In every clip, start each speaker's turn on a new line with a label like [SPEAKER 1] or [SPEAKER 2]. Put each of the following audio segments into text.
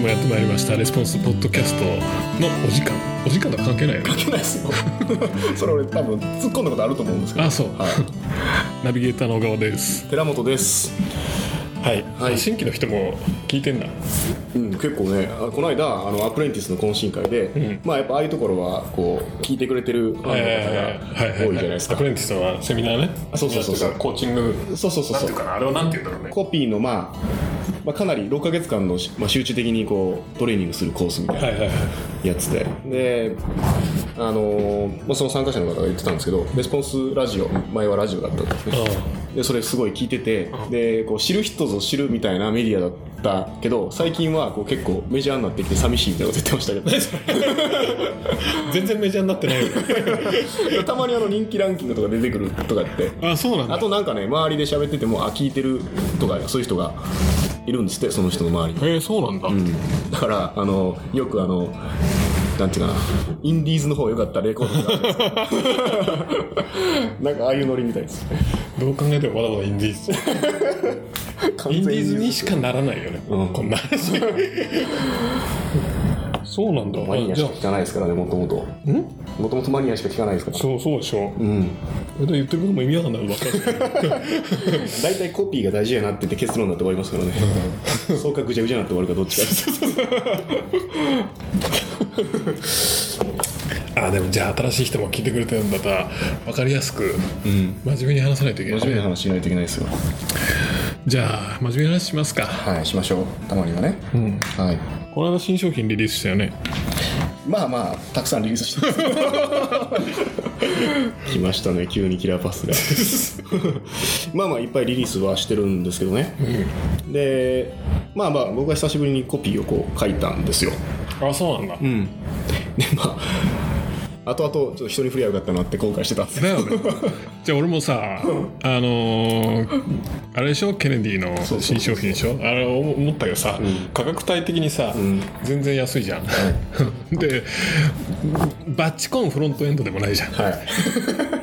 [SPEAKER 1] もやってまいりましたレスポンスポッドキャストのお時間お時間とは関係ないよね
[SPEAKER 2] 関係ないですよ それ俺多分突っ込んだことあると思うんですけど
[SPEAKER 1] あそう
[SPEAKER 2] はい、
[SPEAKER 1] ナビゲーターの小川です
[SPEAKER 2] 寺本です
[SPEAKER 1] はい、
[SPEAKER 2] はい
[SPEAKER 1] 新規の人も聞いてんだ
[SPEAKER 2] うん、結構ねあこの間あのアプレンティスの懇親会で、
[SPEAKER 1] ん
[SPEAKER 2] まあやっぱああいうところはこう聞いてくれてるファンの方が多いじゃないですか、
[SPEAKER 1] アプレンティスさんはセミナーね
[SPEAKER 2] あそうそうそうそう
[SPEAKER 1] セミナーっていかコーチング
[SPEAKER 2] そうそうそう
[SPEAKER 1] なん
[SPEAKER 2] そ
[SPEAKER 1] ていう
[SPEAKER 2] う
[SPEAKER 1] かなあれはなんて言うんだろうね
[SPEAKER 2] コピーの、まあ、まあかなり6ヶ月間のし、まあ、集中的にこうトレーニングするコースみたいな
[SPEAKER 1] はいはいはい
[SPEAKER 2] やつで、で、あのーまあ、その参加者の方が言ってたんですけど、レスポンスラジオ、前はラジオだったんですね。で、それすごい聞いてて、で、こう、知る人ぞ知るみたいなメディアだったけど、最近はこう結構メジャーになってきて寂しいみたいなこと言ってましたけ
[SPEAKER 1] 全然メジャーになってないよ
[SPEAKER 2] ど、たまにあの人気ランキングとか出てくるとかって、
[SPEAKER 1] あそうなんだ
[SPEAKER 2] あとなんかね、周りで喋ってても、あ、聞いてるとか、そういう人がいるんですって、その人の周りに。
[SPEAKER 1] へえそうなんだ、
[SPEAKER 2] だからあのよくあのなんていうかなインディーズの方よかったレコードがあるんですけど なんかああいうノリみたいです
[SPEAKER 1] どう考えてもまだまだインディーズインディーズにしかならないよね、
[SPEAKER 2] うん
[SPEAKER 1] こんな 話そうなんだ、
[SPEAKER 2] マニ
[SPEAKER 1] あ
[SPEAKER 2] ア
[SPEAKER 1] じ
[SPEAKER 2] し
[SPEAKER 1] ゃ
[SPEAKER 2] か
[SPEAKER 1] あ
[SPEAKER 2] 聞かないですからねもともと
[SPEAKER 1] ん
[SPEAKER 2] もともとマニアしか聞かないですから
[SPEAKER 1] そうそうでしょ
[SPEAKER 2] うん
[SPEAKER 1] 俺の言ってることも意味わかんないばっかりだよ
[SPEAKER 2] 大体コピーが大事やなって言って結論になって終わりますからねそうかぐちゃぐちゃになって終わるかどっちか
[SPEAKER 1] あでもじゃあ新しい人も聞いてくれてるんだったら分かりやすく
[SPEAKER 2] うん
[SPEAKER 1] 真面目に話さないといけない
[SPEAKER 2] 真面目な話しないといけないですよ
[SPEAKER 1] じゃあ真面目な話しますか
[SPEAKER 2] はいしましょうたまにはね
[SPEAKER 1] うん
[SPEAKER 2] はい
[SPEAKER 1] この間新商品リリースしたよね
[SPEAKER 2] まあまあたくさんリリースしてます 来ましたね急にキラーパ スがまあまあいっぱいリリースはしてるんですけどね、でまあまあ僕は久しぶりにコピーをこう書いたんですよ
[SPEAKER 1] あそうなんだ、
[SPEAKER 2] うんでまあ後々ちょっと人に振りゃよかったなって後悔してたんです
[SPEAKER 1] だよね じゃあ俺もさあのーあれでしょケネディの
[SPEAKER 2] うそう
[SPEAKER 1] 新商品でしょあれ思思ったけどさ、価格帯的にさ、全然安いじゃん、 でバッチコンフロントエンドでもないじゃん、
[SPEAKER 2] は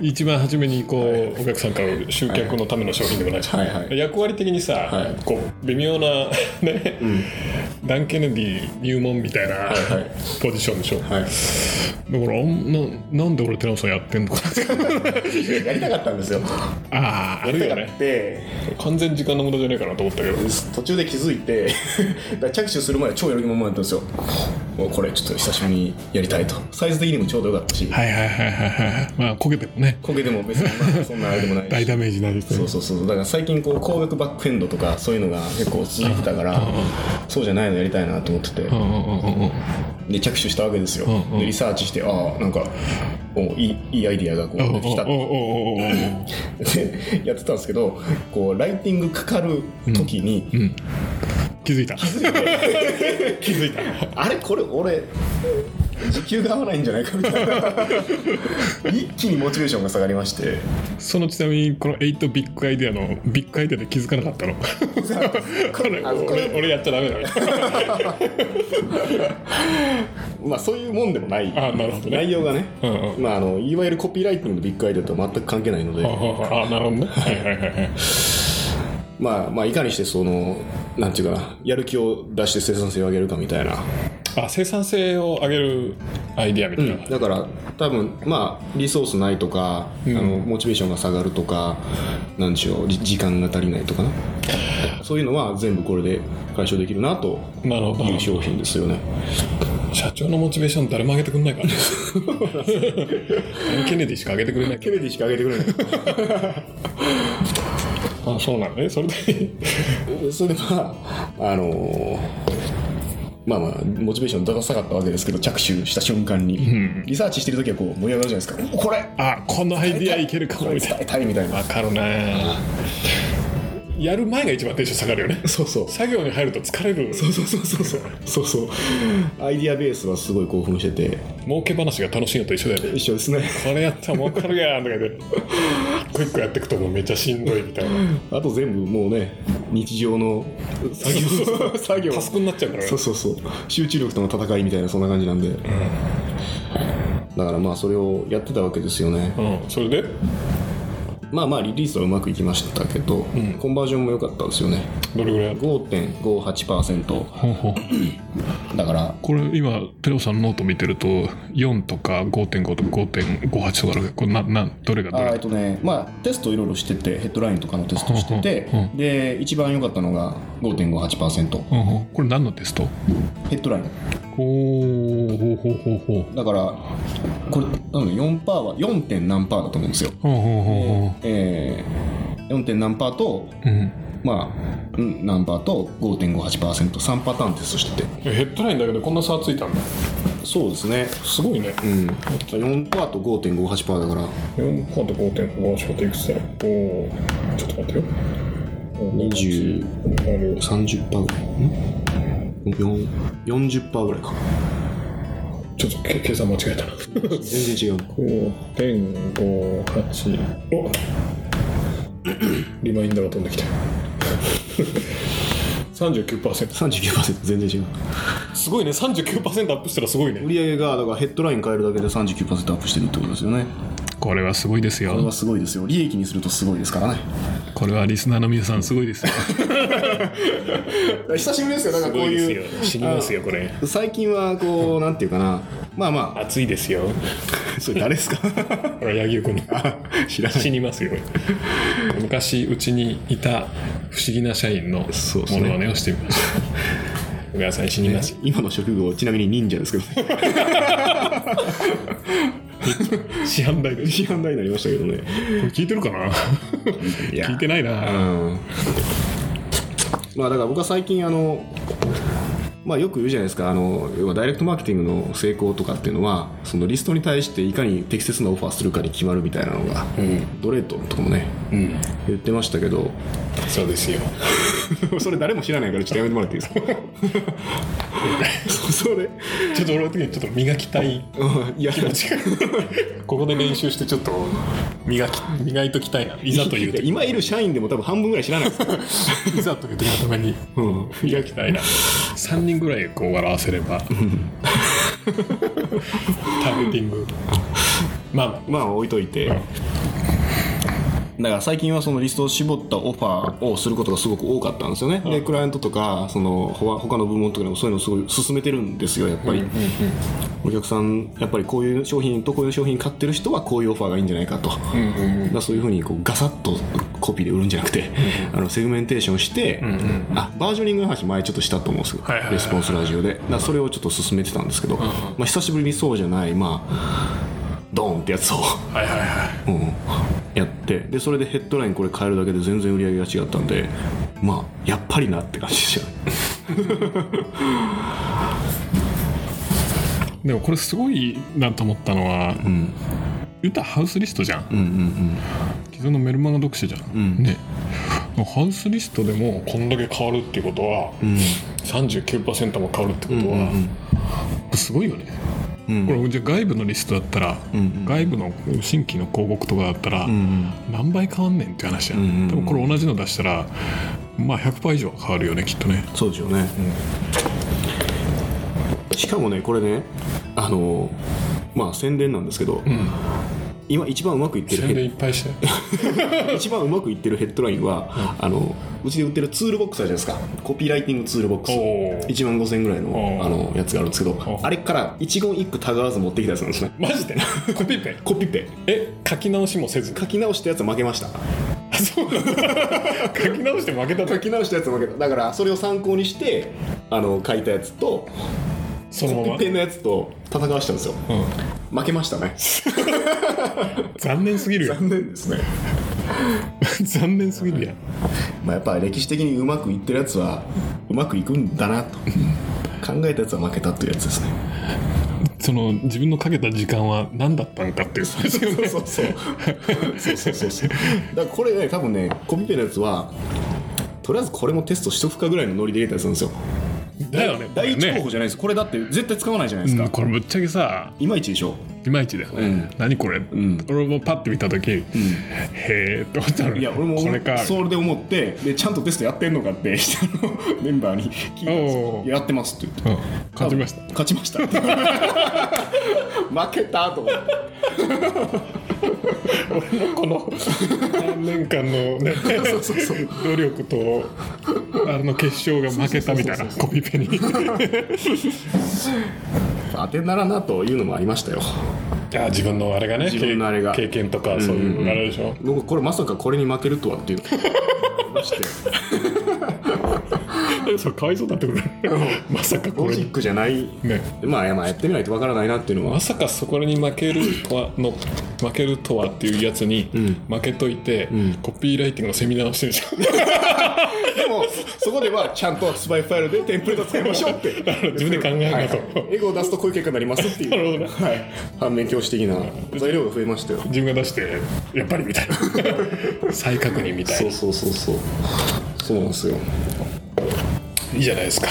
[SPEAKER 2] い
[SPEAKER 1] 一番初めにこう、お客さんから売る集客のための商品でもないじゃん、
[SPEAKER 2] はい はい
[SPEAKER 1] 役割的にさ、
[SPEAKER 2] はい
[SPEAKER 1] こう微妙な ね、ダン・ケネディ入門みたいな、
[SPEAKER 2] はい
[SPEAKER 1] ポジションでしょ、
[SPEAKER 2] はい
[SPEAKER 1] だからあんななんで俺寺本さんやってんの かなって
[SPEAKER 2] やりたかったんですよ
[SPEAKER 1] あああ
[SPEAKER 2] や
[SPEAKER 1] る
[SPEAKER 2] りた
[SPEAKER 1] よ
[SPEAKER 2] か
[SPEAKER 1] ね
[SPEAKER 2] って
[SPEAKER 1] 完全時間の無駄じゃねえかなと思ったけど
[SPEAKER 2] 途中で気づいて だから着手する前超やる気満々だったんですよもうこれちょっと久しぶりにやりたいとサイズ的にもちょうどよかったし
[SPEAKER 1] はいはいはいはいはいまあ焦げてもね
[SPEAKER 2] 焦げでも別にまあそんなあれでもない
[SPEAKER 1] 大
[SPEAKER 2] し
[SPEAKER 1] ダメージないです
[SPEAKER 2] そ
[SPEAKER 1] ね
[SPEAKER 2] うそうそうだから最近こう攻撃バックエンドとかそういうのが結構続いてたからそうじゃないのやりたいなと思ってて
[SPEAKER 1] うんうんうんうんうん
[SPEAKER 2] で着手したわけですよ
[SPEAKER 1] うんうん
[SPEAKER 2] でリサーチしてああなんかおいいいいアイディアがこう出てきた
[SPEAKER 1] おうおうおうおう
[SPEAKER 2] で やってたんですけどこうライティングかかる時に、
[SPEAKER 1] 気づいた気づいた
[SPEAKER 2] あれこれ俺時給が合わないんじゃないかみた いな一気にモチベーションが下がりまして
[SPEAKER 1] そのちなみにこの8ビッグアイデアのビッグアイデアで気づかなかったの これ
[SPEAKER 2] あこれ
[SPEAKER 1] 俺俺やっちゃダメだね
[SPEAKER 2] まあそういうもんでもない
[SPEAKER 1] あなるほどね
[SPEAKER 2] 内容がね、
[SPEAKER 1] うんう
[SPEAKER 2] まあ、あのいわゆるコピーライティングのビッグアイデアとは全く関係ないので、
[SPEAKER 1] あああなるほどねはいはいはいはい
[SPEAKER 2] まあ、まあいかにしてそのなんていうかなやる気を出して生産性を上げるかみたいな
[SPEAKER 1] あ生産性を上げるアイデアみたいな、
[SPEAKER 2] だから多分まあリソースないとか、あのモチベーションが下がるとかなんでしょうじ時間が足りないとかなそういうのは全部これで解消できるなと
[SPEAKER 1] なるほど
[SPEAKER 2] いう商品ですよね
[SPEAKER 1] 社長のモチベーション誰も上げてくんない からねケネディしか上げてくれないけ
[SPEAKER 2] ケネディしか上げてくれない
[SPEAKER 1] どあそうなのねそれで
[SPEAKER 2] それはあのまあまあモチベーション高下がったわけですけど着手した瞬間に、リサーチしてる時はこう盛り上がるじゃないですかおこれ
[SPEAKER 1] あこのアイディアいけるか
[SPEAKER 2] こ
[SPEAKER 1] も
[SPEAKER 2] れ
[SPEAKER 1] みたい
[SPEAKER 2] 伝えたいみたい
[SPEAKER 1] な
[SPEAKER 2] な
[SPEAKER 1] わかるねやる前が一番テンション下がるよね
[SPEAKER 2] そうそう
[SPEAKER 1] 作業に入ると疲れる
[SPEAKER 2] そうそうそうそうそうそうそうアイディアベースはすごい興奮してて
[SPEAKER 1] 儲け話が楽しいのと一緒だよね
[SPEAKER 2] 一緒ですね
[SPEAKER 1] これやったら儲かるやんとか言って一個一個やっていくともうめっちゃしんどいみたいな
[SPEAKER 2] あと全部もうね日常の作業作業
[SPEAKER 1] タスクになっちゃうからね
[SPEAKER 2] そうそうそう集中力との戦いみたいなそんな感じなんで、だからまあそれをやってたわけですよね、
[SPEAKER 1] うん、それで
[SPEAKER 2] まあまあリリースはうまくいきましたけど、
[SPEAKER 1] ん
[SPEAKER 2] コンバージョンも良かったですよね
[SPEAKER 1] どれぐらい
[SPEAKER 2] 5.58%
[SPEAKER 1] ほうほう
[SPEAKER 2] だから
[SPEAKER 1] これ今テオさんのノート見てると4とか5.5とか5.58とかあるこれななどれがど
[SPEAKER 2] あーえ
[SPEAKER 1] れ
[SPEAKER 2] っとねまあテストいろいろしててヘッドラインとかのテストしてて
[SPEAKER 1] うんうんう
[SPEAKER 2] で一番良かったのが5.58%
[SPEAKER 1] うんうんこれ何のテスト
[SPEAKER 2] ヘッドライン
[SPEAKER 1] ほうほうほうほうほう
[SPEAKER 2] だからこれ多分4%は 4. 点何パーだと思うんですよ
[SPEAKER 1] ほうほうほ
[SPEAKER 2] えー、4. 点何パーと
[SPEAKER 1] うほううん
[SPEAKER 2] まあ、うん、何パーと5.58%3 パターンテストしてて
[SPEAKER 1] ヘッドラインだけでこんな差ついたんだ
[SPEAKER 2] そうですね
[SPEAKER 1] すごいね
[SPEAKER 2] うん4パーと5.58%だから
[SPEAKER 1] 4パーと5.5パーいくつだろうおーちょっと待ってよ
[SPEAKER 2] 20 30%ぐらいん4 40%ぐらいか
[SPEAKER 1] ちょっと計算間違えたな
[SPEAKER 2] 全然違う
[SPEAKER 1] 5.58お リマインダーが飛んできた 39%,
[SPEAKER 2] 39%全然違う
[SPEAKER 1] すごいね39%アップしたらすごいね
[SPEAKER 2] 売り上げがだからヘッドライン変えるだけで39%アップしてるってことですよね
[SPEAKER 1] これはすごいです
[SPEAKER 2] これ
[SPEAKER 1] よ
[SPEAKER 2] はすごいですよ利益にするとすごいですからね
[SPEAKER 1] これはリスナーの皆さんすごいですよ
[SPEAKER 2] 久しぶりですよだからこういう
[SPEAKER 1] 死にますよこれ
[SPEAKER 2] 最近はこうなんていうかなまあま
[SPEAKER 1] 熱いですよ
[SPEAKER 2] あそれ誰ですか
[SPEAKER 1] これ柳生君
[SPEAKER 2] 知らな い
[SPEAKER 1] 死にますよ昔うちにいた不思議な社員のも
[SPEAKER 2] そうですね
[SPEAKER 1] のまねをしてみま した皆さん死に ますよ
[SPEAKER 2] 今の職業ちなみに忍者ですけど ね
[SPEAKER 1] 市販代で
[SPEAKER 2] 批判大になりましたけどね
[SPEAKER 1] 聞いてるかない
[SPEAKER 2] や
[SPEAKER 1] 聞いてないな
[SPEAKER 2] うんまあだから僕は最近あのまあよく言うじゃないですかあの要はダイレクトマーケティングの成功とかっていうのはそのリストに対していかに適切なオファーするかに決まるみたいなのが、ドレートとかもね
[SPEAKER 1] うん
[SPEAKER 2] 言ってましたけど
[SPEAKER 1] そうですよ
[SPEAKER 2] それ誰も知らないからちょっとやめてもらっていいですか それ
[SPEAKER 1] ちょっと俺の時にちょっと磨きたい
[SPEAKER 2] うんいや
[SPEAKER 1] 気持ちがここで練習してちょっと磨き磨いときたいないざという時
[SPEAKER 2] 今いる社員でも多分半分ぐらい知らないですよ
[SPEAKER 1] いざという時のために
[SPEAKER 2] うん
[SPEAKER 1] 磨きたいな3人ぐらいこう笑わせればターゲティングまあまあ
[SPEAKER 2] まあ置いといて、だから最近はそのリストを絞ったオファーをすることがすごく多かったんですよね、でクライアントとかそのほわ他の部門とかでもそういうのをすごい進めてるんですよやっぱり、お客さんやっぱりこういう商品とこういう商品買ってる人はこういうオファーがいいんじゃないかと、だからそういうふうにこうガサッとコピーで売るんじゃなくて、あのセグメンテーションして、あバージョニングの話前ちょっとしたと思うんですけど、
[SPEAKER 1] はいはいはい
[SPEAKER 2] レスポンスラジオでだからそれをちょっと進めてたんですけど、まあ、久しぶりにそうじゃないまあドーンってやつを
[SPEAKER 1] はいはいはい
[SPEAKER 2] うん、やってでそれでヘッドラインこれ変えるだけで全然売り上げが違ったんでまあやっぱりなって感じでしたね
[SPEAKER 1] でもこれすごいなと思ったのは、
[SPEAKER 2] ん
[SPEAKER 1] 言ったらハウスリストじゃん、
[SPEAKER 2] うんうん
[SPEAKER 1] 既存のメルマガ読者じゃん、
[SPEAKER 2] ん
[SPEAKER 1] ねハウスリストでもこんだけ変わるっていうことは、
[SPEAKER 2] うん
[SPEAKER 1] 39%も変わるってこ
[SPEAKER 2] うん
[SPEAKER 1] と
[SPEAKER 2] う
[SPEAKER 1] は、
[SPEAKER 2] ん
[SPEAKER 1] すごいよね
[SPEAKER 2] うん
[SPEAKER 1] これじゃあ外部のリストだったら、
[SPEAKER 2] うんうん
[SPEAKER 1] 外部の新規の広告とかだったら、
[SPEAKER 2] うん
[SPEAKER 1] 何倍変わんねんって話やん、
[SPEAKER 2] うんうんうん
[SPEAKER 1] 多分これ同じの出したらまあ100倍以上は変わるよねきっとね
[SPEAKER 2] そうですよね、しかもねこれねあのまあ宣伝なんですけど、今一番うまくいってる
[SPEAKER 1] 宣
[SPEAKER 2] ヘッ
[SPEAKER 1] 伝いっぱい して
[SPEAKER 2] 一番うまくいってるヘッドラインは、あのうちで売ってるツールボックスあるじゃないですかコピーライティングツールボックス
[SPEAKER 1] おー
[SPEAKER 2] 1万5000円ぐらいの
[SPEAKER 1] おー
[SPEAKER 2] あのやつがあるんですけど
[SPEAKER 1] お
[SPEAKER 2] あれから一言一句たがわず持ってきたやつなんですね
[SPEAKER 1] マジでコピペ
[SPEAKER 2] コピペ
[SPEAKER 1] え書き直しもせず
[SPEAKER 2] 書き直したやつは負けました
[SPEAKER 1] あそうなんだ書き直して負けた
[SPEAKER 2] 書
[SPEAKER 1] 時
[SPEAKER 2] き直したやつは負けただからそれを参考にしてあの書いたやつと
[SPEAKER 1] そのま
[SPEAKER 2] コ
[SPEAKER 1] ま
[SPEAKER 2] ピペのやつと戦わしたんですよ
[SPEAKER 1] うん
[SPEAKER 2] 負けましたね
[SPEAKER 1] 残念すぎるよ
[SPEAKER 2] 残念ですね
[SPEAKER 1] 残念すぎるやん
[SPEAKER 2] まあやっぱ歴史的にうまくいってるやつはうまくいくんだなと考えたやつは負けたっていうやつですね
[SPEAKER 1] その自分のかけた時間は何だったんかっていう話よね
[SPEAKER 2] そうそうそうそうそうそうだからこれね多分ねコピペのやつはとりあえずこれもテストしとくかぐらいのノリで入れたやつなんですよ
[SPEAKER 1] だよね
[SPEAKER 2] 第一候
[SPEAKER 1] ね
[SPEAKER 2] 補じゃないですこれだって絶対使わないじゃないですか、
[SPEAKER 1] うんこれぶっちゃけさ
[SPEAKER 2] いまいちでしょ
[SPEAKER 1] いまいちだよね、
[SPEAKER 2] うん
[SPEAKER 1] 何これ、
[SPEAKER 2] ん
[SPEAKER 1] 俺もパッて見た時、へえって思ったのね
[SPEAKER 2] いや俺も
[SPEAKER 1] これか
[SPEAKER 2] それで思ってでちゃんとテストやってんのかって 下のメンバーに聞いたんです
[SPEAKER 1] おうお
[SPEAKER 2] よ
[SPEAKER 1] う
[SPEAKER 2] やってますって言って
[SPEAKER 1] うん勝ちました
[SPEAKER 2] 勝ちました負けたと思って
[SPEAKER 1] 俺のこの何年間の ね
[SPEAKER 2] そうそうそう
[SPEAKER 1] 努力とあの結晶が負けたみ たいなコピペに
[SPEAKER 2] 当てならなというのもありましたよ
[SPEAKER 1] いや自分のあれがね
[SPEAKER 2] 自分のあれが
[SPEAKER 1] 経経験とかそういうのあれでしょ、
[SPEAKER 2] 僕これまさかこれに負けるとはっていうのがありまして
[SPEAKER 1] それかわいそうだってことまさかこ
[SPEAKER 2] ロ
[SPEAKER 1] れ
[SPEAKER 2] ジックじゃない
[SPEAKER 1] ね
[SPEAKER 2] まあ、まあやってみないとわからないなっていうのは
[SPEAKER 1] まさかそこに負けるとはの負けるとはっていうやつに負けといて、コピーライティングのセミナーをしてるじゃん
[SPEAKER 2] でもそこではちゃんとスパイファイルでテンプレート使いましょうって
[SPEAKER 1] 自分で考えるなと
[SPEAKER 2] はいエゴを出すとこういう結果になりますっていう、
[SPEAKER 1] なる
[SPEAKER 2] はい、反面教師的な材料が増えましたよ
[SPEAKER 1] 自分が出してやっぱりみた いな再確認みたい
[SPEAKER 2] そ
[SPEAKER 1] な
[SPEAKER 2] うそうそうそうそうなんですよ
[SPEAKER 1] いいじゃないですか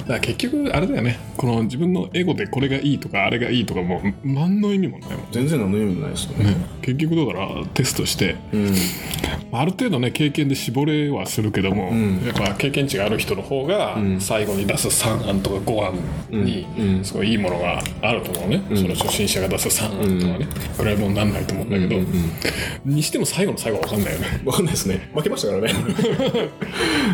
[SPEAKER 1] だから結局あれだよねこの自分のエゴでこれがいいとかあれがいいとかもう何の意味もないもんね
[SPEAKER 2] 全然何の意味もないですよね
[SPEAKER 1] 結局だからテストして、ある程度ね経験で絞れはするけども、やっぱ経験値がある人の方が最後に出す3案とか5案にすごいいいものがあると思うね、その初心者が出す3案とかね、比べ物にならないと思うんだけど、にしても最後の最後は分かんないよね
[SPEAKER 2] わかんないですね負けましたからね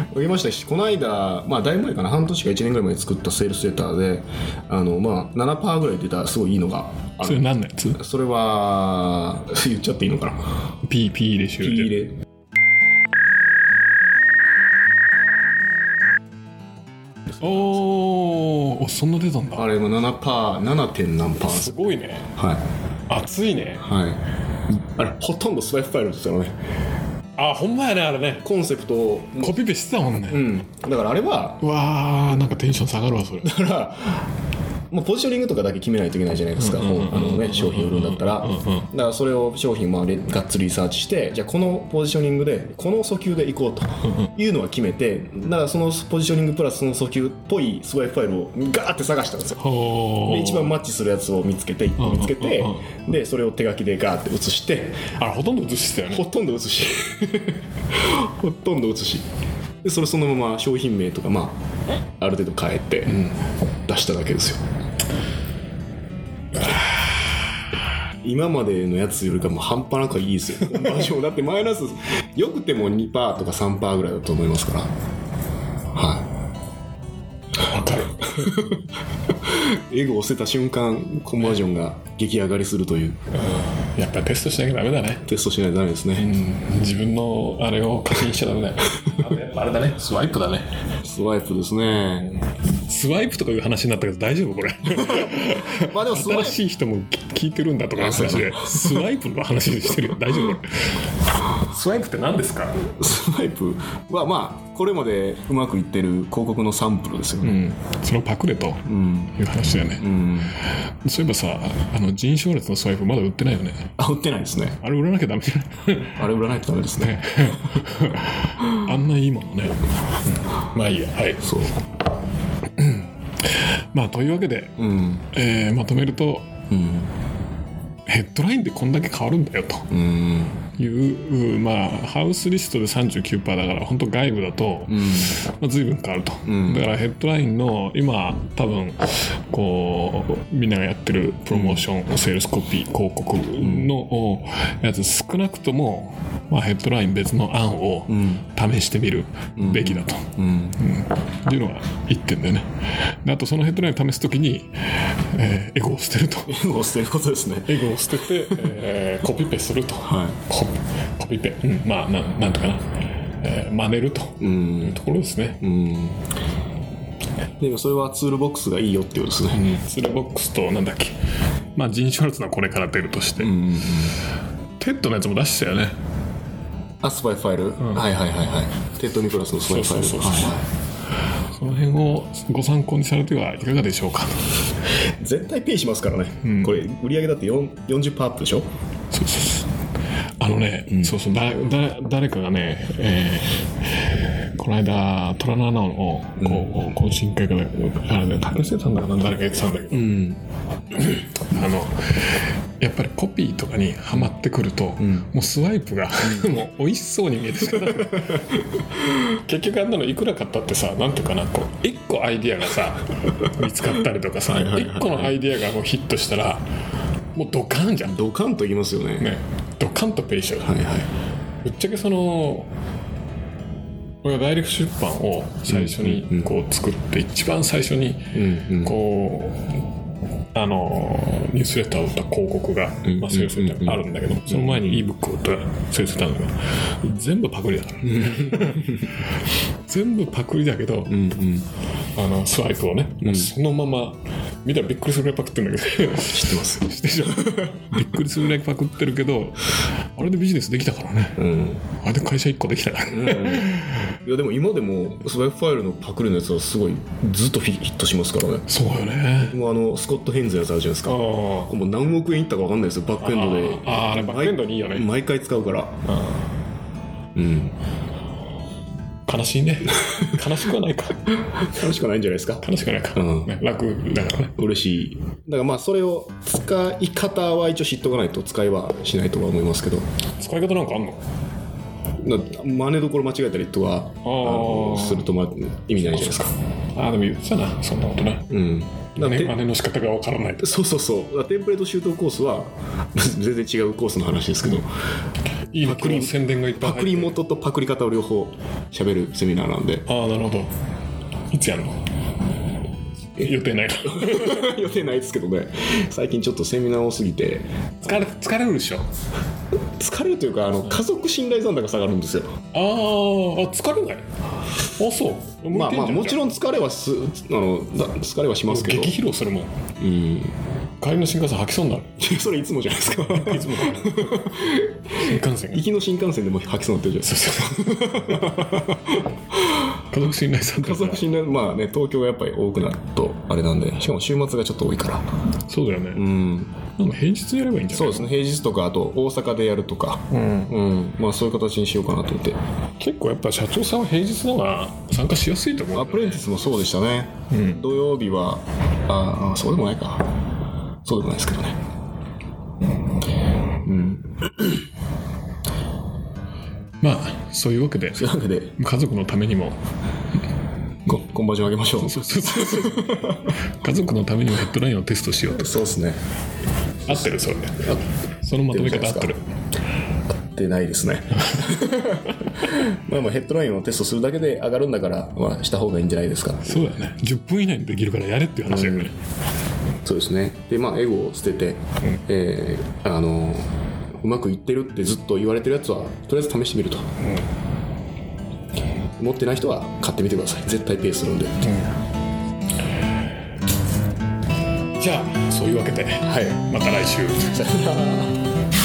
[SPEAKER 2] 負けましたしこの間まあだいぶ前かな半年か1年ぐらい前に作ったセールスレターであのまあ7%ぐらい出たすごいいいのがあ
[SPEAKER 1] それ
[SPEAKER 2] る
[SPEAKER 1] 何のやつ
[SPEAKER 2] それは 言っちゃっていいのかな
[SPEAKER 1] P, P でしょ
[SPEAKER 2] ピー入れ
[SPEAKER 1] おーおそんな出たんだ
[SPEAKER 2] あれも7%パー 7. 点何パ
[SPEAKER 1] す
[SPEAKER 2] ー
[SPEAKER 1] ごいね
[SPEAKER 2] はい
[SPEAKER 1] 熱いね
[SPEAKER 2] はいあれほとんどスワイプファイルですよね
[SPEAKER 1] あほんまやねあれね
[SPEAKER 2] コンセプトを
[SPEAKER 1] コピペしてたもんね、
[SPEAKER 2] うんだからあれは
[SPEAKER 1] うわーなんかテンション下がるわそれ
[SPEAKER 2] だから、まあ、ポジショニングとかだけ決めないといけないじゃないですか、こうあのね、商品売るんだったら、だからそれを商品、まあ、レがっつりリサーチして、じゃあ、このポジショニングで、この訴求でいこうというのは決めて、だからそのポジショニングプラスその訴求っぽいスワイプファイルをガーって探したんですよ。
[SPEAKER 1] ほ
[SPEAKER 2] で
[SPEAKER 1] ー
[SPEAKER 2] 一番マッチするやつを見つけて、一個見つけて
[SPEAKER 1] うんうん、
[SPEAKER 2] で、それを手書きでガーって写して、
[SPEAKER 1] あれほとんど映してたよね
[SPEAKER 2] ほとんど写し ほとんど写しでそれそのまま商品名とかまあある程度変えて出しただけですよ今までのやつよりかも半端なくいいですよコンバージョンだってマイナスよくても2%とか3%ぐらいだと思いますからは
[SPEAKER 1] わかる
[SPEAKER 2] いエゴを捨てた瞬間コンバージョンが激上がりするという
[SPEAKER 1] やっぱりテストしなきゃダメだね
[SPEAKER 2] テストしないとダメですね、
[SPEAKER 1] うん自分のあれを確認しちゃダメだよあれだねスワイプだね
[SPEAKER 2] スワイプですね
[SPEAKER 1] スワイプとかいう話になったけど大丈夫これ
[SPEAKER 2] まあでもスワ
[SPEAKER 1] 新
[SPEAKER 2] イプ
[SPEAKER 1] しい人も聞いてるんだとか話でスワイプの話してるよ大丈夫これ スワイプって何ですか
[SPEAKER 2] スワイプはまあこれまでうまくいってる広告のサンプルですよね、
[SPEAKER 1] そのパクレという話だよね、そういえばさあの人種列のスワイプまだ売ってないよね
[SPEAKER 2] あ売ってないですね
[SPEAKER 1] あれ売らなきゃダメじゃない
[SPEAKER 2] あれ売らないとダメですね
[SPEAKER 1] あんないいものねまあいいやはい
[SPEAKER 2] そう
[SPEAKER 1] まあというわけで、
[SPEAKER 2] うん
[SPEAKER 1] えーまとめると
[SPEAKER 2] うん
[SPEAKER 1] ヘッドラインでこんだけ変わるんだよと
[SPEAKER 2] うん
[SPEAKER 1] いう、うまあハウスリストで39%だから本当外部だと、まあ、随分変わると、だからヘッドラインの今多分こうみんながやってるプロモーション、セールスコピー広告のやつ少なくとも、まあ、ヘッドライン別の案を試してみるべきだと、
[SPEAKER 2] うん
[SPEAKER 1] っていうのが一点だよねであとそのヘッドラインを試すときに、えーエゴを捨てると
[SPEAKER 2] エゴを捨てることですね
[SPEAKER 1] エゴを捨てて、えーコピペすると、
[SPEAKER 2] はい
[SPEAKER 1] ココピペ、うん、まあなんなんとかな、えー真似るというところですね、
[SPEAKER 2] うんでもそれはツールボックスがいいよっていうことですね
[SPEAKER 1] ツールボックスとなんだっけまあジン・ショルツのこれから出るとして、
[SPEAKER 2] ん
[SPEAKER 1] テッドのやつも出してたよね
[SPEAKER 2] あスパイファイル、はいはいはいはいテッド・ニクラスのスパイファイル
[SPEAKER 1] そうそうそう
[SPEAKER 2] はいはい
[SPEAKER 1] その辺をご参考にされてはいかがでしょうか
[SPEAKER 2] 絶対ペイしますからね、これ売り上げだって4 40%アップでしょ
[SPEAKER 1] そうそうそうあのね、そうそうだだ誰かがね、えーこの間虎の穴をこう、懇親会からあれね試してたんだかな誰か言ってたんだけど、あのやっぱりコピーとかにはまってくると、もうスワイプが、 もう美味しそうに見えてしまう 結局あんなのいくら買ったってさなんていうかなこう一 個アイディアがさ見つかったりとかさ一個のアイディアがもうヒットしたらもうドカンじゃん。
[SPEAKER 2] ドカンといきますよね
[SPEAKER 1] ね。ドカンとペイしてる。
[SPEAKER 2] はいはい
[SPEAKER 1] ぶっちゃけその俺はダイレクト出版を最初にこう作って一番最初に
[SPEAKER 2] うんうん
[SPEAKER 1] こうあのニュースレターを打った広告が
[SPEAKER 2] うん
[SPEAKER 1] まあそういうそういうのあるんだけどその前に ebook を打ったそういうそういうのが全部パクリだから 全部パクリだけど
[SPEAKER 2] うんうん
[SPEAKER 1] あのスワイプをねもうそのまま見たらびっくりするぐらいパクってんだけど
[SPEAKER 2] 知ってます
[SPEAKER 1] でしょ びっくりするぐらいパクってるけどあれでビジネスできたからね
[SPEAKER 2] うん
[SPEAKER 1] あれで会社1個できたからね
[SPEAKER 2] いやでも今でもスワイプファイルのパクリのやつはすごいずっとヒットしますからね
[SPEAKER 1] そうよね
[SPEAKER 2] もうあのスコット・ヘンズのやつあるじゃないですかも
[SPEAKER 1] あ
[SPEAKER 2] う何億円いったか分かんないですよバックエンドで
[SPEAKER 1] あーあーあれバックエンドにいいよね
[SPEAKER 2] 毎毎回使うからうん
[SPEAKER 1] あ悲しいね悲しくはないか
[SPEAKER 2] それしかないんじゃないですか
[SPEAKER 1] 悲しくはないか、
[SPEAKER 2] うん
[SPEAKER 1] ね楽だからね
[SPEAKER 2] 嬉しいだからまあそれを使い方は一応知っとかないと使いはしないとは思いますけど
[SPEAKER 1] 使い方なんかあんの
[SPEAKER 2] な真似どころ間違えたりとかあのすると、ま、意味ないじゃないですか
[SPEAKER 1] ああでも言ってたなそんなことね
[SPEAKER 2] うんだから
[SPEAKER 1] ね
[SPEAKER 2] て
[SPEAKER 1] 真似の仕方がわからないと
[SPEAKER 2] そうそうそうだからテンプレート周到コースは 全然違うコースの話ですけど
[SPEAKER 1] いいね
[SPEAKER 2] パクリ
[SPEAKER 1] 今日宣伝がいっぱい
[SPEAKER 2] パクリ
[SPEAKER 1] 入って
[SPEAKER 2] 元とパクリ方を両方喋るセミナーなんで
[SPEAKER 1] ああなるほどいつやるの予定ないから
[SPEAKER 2] 予定ないですけどね最近ちょっとセミナー多すぎて
[SPEAKER 1] 疲れ疲れるでしょ
[SPEAKER 2] 疲れるというかあの家族信頼残高下がるんですよ
[SPEAKER 1] あーあ疲れないあそう
[SPEAKER 2] まあまあもち
[SPEAKER 1] ん
[SPEAKER 2] ろん疲れはすあのだ疲れはしますけど
[SPEAKER 1] 激疲労するもん
[SPEAKER 2] うん
[SPEAKER 1] 帰りの新幹線吐きそうになる
[SPEAKER 2] それいつもじゃないですか
[SPEAKER 1] いつも新幹線が
[SPEAKER 2] 行きの新幹線でも吐きそうになってるじゃないですか
[SPEAKER 1] 家族信頼さん
[SPEAKER 2] 家族信頼まあね東京がやっぱり多くなるとあれなんでしかも週末がちょっと多いから
[SPEAKER 1] そうだよね、
[SPEAKER 2] うん
[SPEAKER 1] なんか平日にやればいいんじゃ
[SPEAKER 2] そ
[SPEAKER 1] ない
[SPEAKER 2] うですね平日とかあと大阪でやるとか
[SPEAKER 1] うん、
[SPEAKER 2] うんまあそういう形にしようかなと思って
[SPEAKER 1] 結構やっぱ社長さんは平日の方が参加しやすいと思
[SPEAKER 2] ア
[SPEAKER 1] う
[SPEAKER 2] プレンティスもそうでしたね、
[SPEAKER 1] ん
[SPEAKER 2] 土曜日はああそうでもないかそうでもないですけどね
[SPEAKER 1] まあそういうわけで
[SPEAKER 2] というわけで
[SPEAKER 1] 家族のためにも
[SPEAKER 2] こコンバージョン上げましょうそう
[SPEAKER 1] 家族のためにもヘッドラインをテストしようと
[SPEAKER 2] ですね
[SPEAKER 1] 合ってるそれ
[SPEAKER 2] あ
[SPEAKER 1] そのまとめ方合ってる
[SPEAKER 2] 出ないですね まあまあヘッドラインをテストするだけで上がるんだから、まあ、した方がいいんじゃないですか
[SPEAKER 1] そうだよね10分以内にできるからやれっていう話だよね、
[SPEAKER 2] そうですねでまあエゴを捨てて、えーあのうまくいってるってずっと言われてるやつはとりあえず試してみると、持ってない人は買ってみてください絶対ペイするんで、
[SPEAKER 1] じゃあそういうわけで
[SPEAKER 2] はい
[SPEAKER 1] また来週
[SPEAKER 2] さよなら